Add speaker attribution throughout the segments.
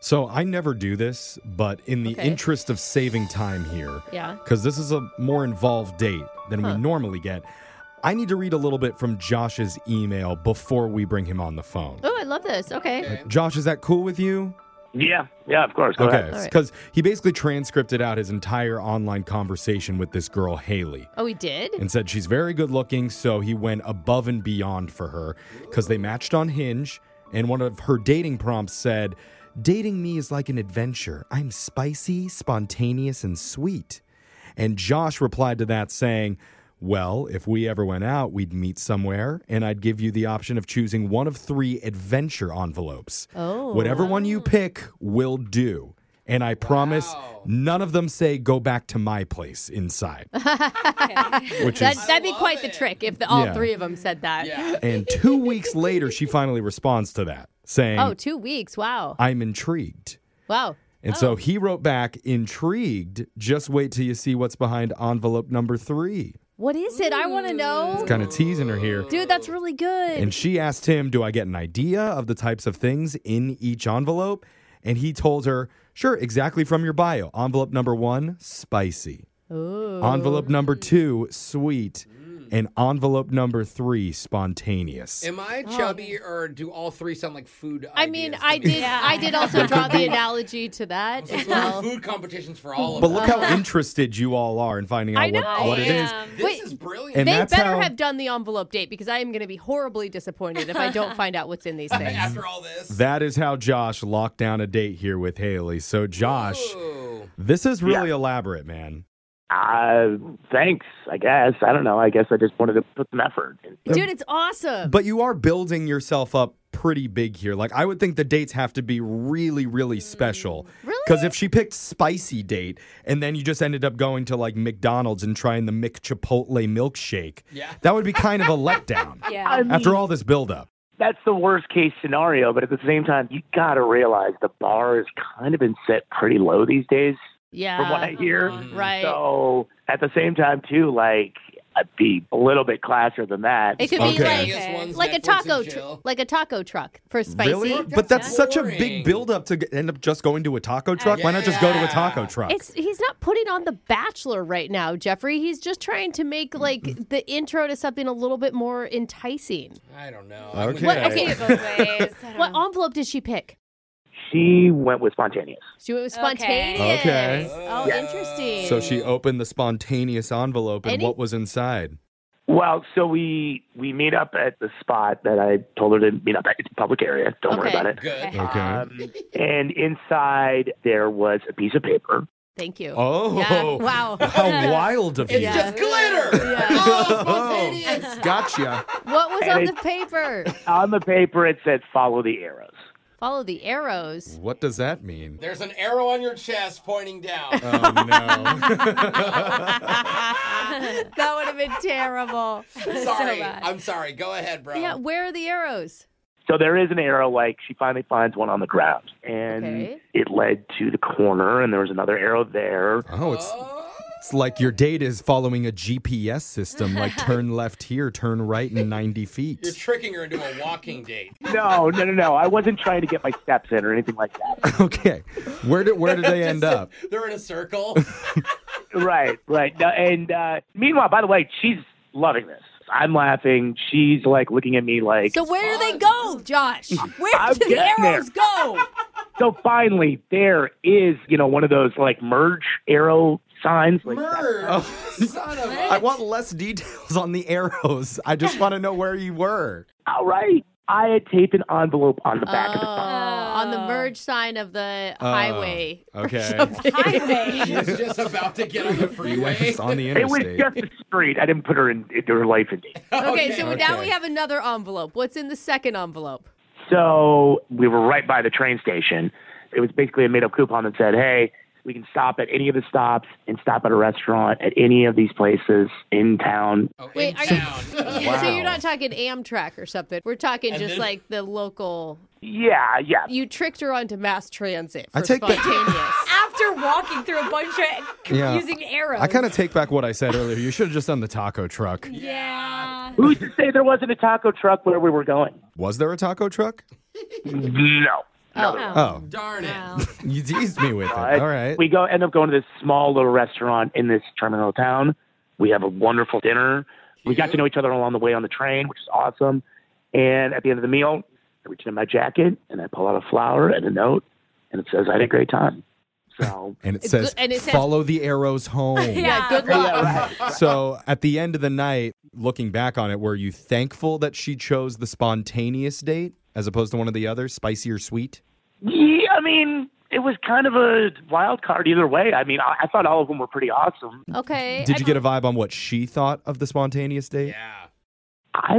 Speaker 1: So I never do this, but in the
Speaker 2: Okay.
Speaker 1: interest of saving time here,
Speaker 2: Yeah.
Speaker 1: because this is a more involved date than
Speaker 2: Huh.
Speaker 1: we normally get, I need to read a little bit from Josh's email before we bring him on the phone.
Speaker 2: Oh, I love this. Okay.
Speaker 1: Josh, is that cool with you?
Speaker 3: Yeah, yeah, of course. Go
Speaker 1: Okay,
Speaker 3: ahead.
Speaker 2: All right.
Speaker 1: because he basically transcripted out his entire online conversation with this girl, Haley,
Speaker 2: Oh, he did?
Speaker 1: and said she's very good looking, so he went above and beyond for her because they matched on Hinge, and one of her dating prompts said, Dating me is like an adventure. I'm spicy, spontaneous, and sweet. And Josh replied to that saying, Well, if we ever went out, we'd meet somewhere, and I'd give you the option of choosing one of three adventure envelopes.
Speaker 2: Oh.
Speaker 1: Whatever one you pick will do. And I promise none of them say go back to my place inside. Which
Speaker 2: That,
Speaker 1: is
Speaker 2: that'd be
Speaker 4: love
Speaker 2: quite the
Speaker 4: it.
Speaker 2: trick if the, all
Speaker 1: Yeah.
Speaker 2: three of them said that.
Speaker 4: Yeah.
Speaker 1: and 2 weeks later she finally responds to that saying
Speaker 2: Oh, two weeks. Wow.
Speaker 1: I'm intrigued.
Speaker 2: Wow.
Speaker 1: And
Speaker 2: Oh.
Speaker 1: so he wrote back intrigued, just wait till you see what's behind envelope number 3.
Speaker 2: What is it? I want to know.
Speaker 1: Kind of teasing her here.
Speaker 2: Dude, that's really good.
Speaker 1: And she asked him, Do I get an idea of the types of things in each envelope? And he told her, Sure, exactly from your bio. Envelope number one, spicy.
Speaker 2: Oh.
Speaker 1: Envelope number two, sweet. And envelope number three, spontaneous.
Speaker 4: Am I chubby or do all three sound like food?
Speaker 2: Oh, I mean,
Speaker 4: ideas to
Speaker 2: I
Speaker 4: me?
Speaker 2: did. I did also draw the analogy to that as
Speaker 4: It's literally
Speaker 2: well.
Speaker 4: food competitions for all of
Speaker 1: But
Speaker 4: us.
Speaker 1: look how interested you all are in finding out
Speaker 2: I
Speaker 1: what,
Speaker 2: know.
Speaker 1: what it is.
Speaker 2: am.
Speaker 4: This
Speaker 2: Wait,
Speaker 4: is brilliant.
Speaker 1: And
Speaker 2: They
Speaker 1: that's
Speaker 2: better
Speaker 1: how-
Speaker 2: have done the envelope date because I am going to be horribly disappointed if I don't find out what's in these things.
Speaker 4: After all this.
Speaker 1: That is how Josh locked down a date here with Haley. So, Josh,
Speaker 4: Ooh.
Speaker 1: this is really elaborate, man.
Speaker 3: Uh, thanks. I guess I don't know. I guess I just wanted to put some effort. in.
Speaker 2: Dude, it's awesome.
Speaker 1: But you are building yourself up pretty big here. Like I would think the dates have to be really, really special.
Speaker 2: Really?
Speaker 1: Because if she picked spicy date and then you just ended up going to like McDonald's and trying the Mick Chipotle milkshake,
Speaker 4: Yeah.
Speaker 1: that would be kind of a letdown.
Speaker 3: I
Speaker 5: Yeah.
Speaker 3: mean,
Speaker 1: After all this buildup.
Speaker 3: that's the worst case scenario. But at the same time, you got to realize the bar has kind of been set pretty low these days,
Speaker 2: yeah.
Speaker 3: from what I hear.
Speaker 2: Uh-huh. right.
Speaker 3: So at the same time, too, like I'd be a little bit classier than that.
Speaker 2: it could
Speaker 1: Okay.
Speaker 2: be like
Speaker 4: Vegas one's
Speaker 2: like a
Speaker 4: Netflix and
Speaker 2: taco tr-
Speaker 4: chill.
Speaker 2: like a taco truck for spicy.
Speaker 1: Really? But that's such a
Speaker 4: boring.
Speaker 1: big buildup to g- end up just going to a taco truck. Why not just go to a taco
Speaker 4: Yeah.
Speaker 1: truck?
Speaker 2: It's he's not putting on the bachelor right now, Jeffrey. He's just trying to make like the intro to something a little bit more enticing.
Speaker 4: I don't know.
Speaker 1: Okay.
Speaker 4: What,
Speaker 5: I see it both ways. I don't
Speaker 2: What
Speaker 5: know.
Speaker 2: envelope did she pick?
Speaker 3: She went with spontaneous.
Speaker 2: She was
Speaker 5: Okay.
Speaker 2: spontaneous.
Speaker 1: Okay.
Speaker 2: Oh, interesting.
Speaker 1: so she opened the spontaneous envelope and
Speaker 2: Any-
Speaker 1: what was inside?
Speaker 3: Well, so we we meet up at the spot that I told her to meet up at. It's a public area. Don't worry
Speaker 2: Okay.
Speaker 3: about it.
Speaker 4: Good.
Speaker 1: Okay.
Speaker 3: Um, and inside there was a piece of paper.
Speaker 2: Thank you.
Speaker 1: oh.
Speaker 2: Yeah. Wow.
Speaker 1: How wild of
Speaker 4: It's
Speaker 1: you.
Speaker 4: just glitter.
Speaker 2: Yeah.
Speaker 4: Oh, spontaneous.
Speaker 1: Gotcha.
Speaker 2: What was on
Speaker 3: And
Speaker 2: the paper?
Speaker 3: On the paper, it said "Follow the arrows."
Speaker 2: Follow the arrows.
Speaker 1: What does that mean?
Speaker 4: There's an arrow on your chest pointing down.
Speaker 1: Oh no.
Speaker 2: That would have been terrible.
Speaker 4: sorry.
Speaker 5: bad.
Speaker 4: I'm sorry. Go ahead, bro.
Speaker 2: Yeah, where are the arrows?
Speaker 3: So there is an arrow. Like she finally finds one on the ground, and
Speaker 2: Okay.
Speaker 3: it led to the corner, and there was another arrow there.
Speaker 1: oh, it's it's like your date is following a GPS system, like turn left here, turn right in 90
Speaker 4: You're
Speaker 1: feet.
Speaker 4: tricking her into a walking date.
Speaker 3: No, no, no, no. I wasn't trying to get my steps in or anything like that.
Speaker 1: Okay. Where did where did they end up?
Speaker 4: They're in a circle.
Speaker 3: right, right. No, and uh, meanwhile, by the way, she's loving this. I'm laughing. She's like looking at me like.
Speaker 2: So where do they go, Josh? Where
Speaker 3: I'm
Speaker 2: do the
Speaker 3: getting
Speaker 2: arrows go?
Speaker 3: So finally, there is, you know, one of those like merge arrow signs. Like,
Speaker 4: Merge. Son of a.
Speaker 1: Oh. I want less details on the arrows. I just want to know where you were.
Speaker 3: all right, I had taped an envelope on the back of the
Speaker 2: Oh,
Speaker 3: sign.
Speaker 2: on the merge sign of the
Speaker 1: Oh,
Speaker 2: highway. or
Speaker 1: okay.
Speaker 2: something.
Speaker 5: Highway.
Speaker 4: She's just about to get on the freeway.
Speaker 1: It's on the
Speaker 3: It was
Speaker 1: interstate.
Speaker 3: just a street. I didn't put her in, into her life in danger.
Speaker 2: okay, so now
Speaker 1: Okay.
Speaker 2: we have another envelope. What's in the second envelope?
Speaker 3: So we were right by the train station. It was basically a made up coupon that said, hey, we can stop at any of the stops and stop at a restaurant at any of these places in town.
Speaker 4: Oh,
Speaker 2: Wait,
Speaker 4: in
Speaker 2: are you-
Speaker 4: town.
Speaker 2: So
Speaker 1: Wow.
Speaker 2: you're not talking Amtrak or something. We're talking
Speaker 4: And
Speaker 2: just
Speaker 4: then-
Speaker 2: like the local.
Speaker 3: Yeah, yeah.
Speaker 2: You tricked her onto mass transit for
Speaker 1: I take back-
Speaker 2: spontaneous.
Speaker 5: After walking through a bunch of
Speaker 1: Yeah.
Speaker 5: confusing arrows.
Speaker 1: I kind of take back what I said earlier. You should have just done the taco truck.
Speaker 5: Yeah.
Speaker 3: Who's to say there wasn't a taco truck where we were going?
Speaker 1: Was there a taco truck?
Speaker 3: No. Another
Speaker 5: Oh.
Speaker 3: one.
Speaker 1: Oh,
Speaker 4: Darn it.
Speaker 5: Wow.
Speaker 1: you teased me with it.
Speaker 3: Uh,
Speaker 1: All right.
Speaker 3: We go end up going to this small little restaurant in this terminal town. We have a wonderful dinner. We got to know each other along the way on the train, which is awesome. And at the end of the meal, I reach in my jacket and I pull out a flower and a note, and it says, "I had a great time." So
Speaker 1: And it
Speaker 2: It's
Speaker 1: says,
Speaker 2: good- and it says-
Speaker 1: follow the arrows home.
Speaker 2: Yeah, good
Speaker 5: Yeah,
Speaker 2: luck.
Speaker 1: So at the end of the night, looking back on it, were you thankful that she chose the spontaneous date as opposed to one of the others, spicy or sweet?
Speaker 3: Yeah, I mean, it was kind of a wild card either way. I mean, I, I thought all of them were pretty awesome.
Speaker 2: Okay.
Speaker 1: Did
Speaker 2: I
Speaker 1: you get a vibe on what she thought of the spontaneous date?
Speaker 4: Yeah.
Speaker 3: I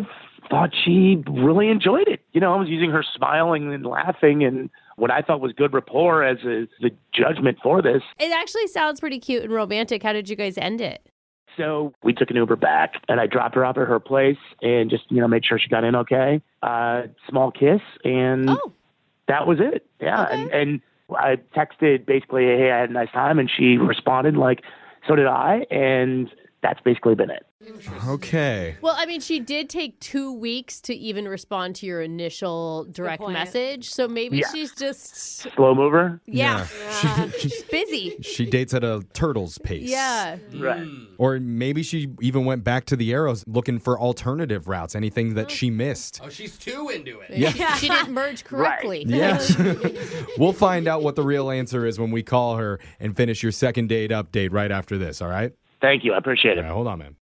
Speaker 3: thought she really enjoyed it. You know, I was using her smiling and laughing and what I thought was good rapport as a, the judgment for this.
Speaker 2: It actually sounds pretty cute and romantic. How did you guys end it?
Speaker 3: So we took an Uber back, and I dropped her off at her place and just you know made sure she got in okay. Uh, small kiss, and
Speaker 2: Oh,
Speaker 3: that was it. Yeah,
Speaker 2: Okay.
Speaker 3: and, and I texted basically, "Hey, I had a nice time," and she responded like, "So did I," and that's basically been it.
Speaker 1: Okay.
Speaker 2: well, I mean, she did take two weeks to even respond to your initial direct
Speaker 5: point.
Speaker 2: message. So maybe
Speaker 3: Yeah.
Speaker 2: she's just,
Speaker 3: Slow mover,
Speaker 2: yeah,
Speaker 1: She, she,
Speaker 2: she's busy.
Speaker 1: she dates at a turtle's pace.
Speaker 2: Yeah.
Speaker 3: right?
Speaker 1: Or maybe she even went back to the arrows looking for alternative routes, anything that she missed.
Speaker 4: Oh, she's too into it.
Speaker 1: Yeah.
Speaker 2: She didn't merge correctly.
Speaker 1: Yeah. we'll find out what the real answer is when we call her and finish your second date update right after this, all right?
Speaker 3: Thank you, I appreciate
Speaker 1: All
Speaker 3: it.
Speaker 1: right, hold on, man.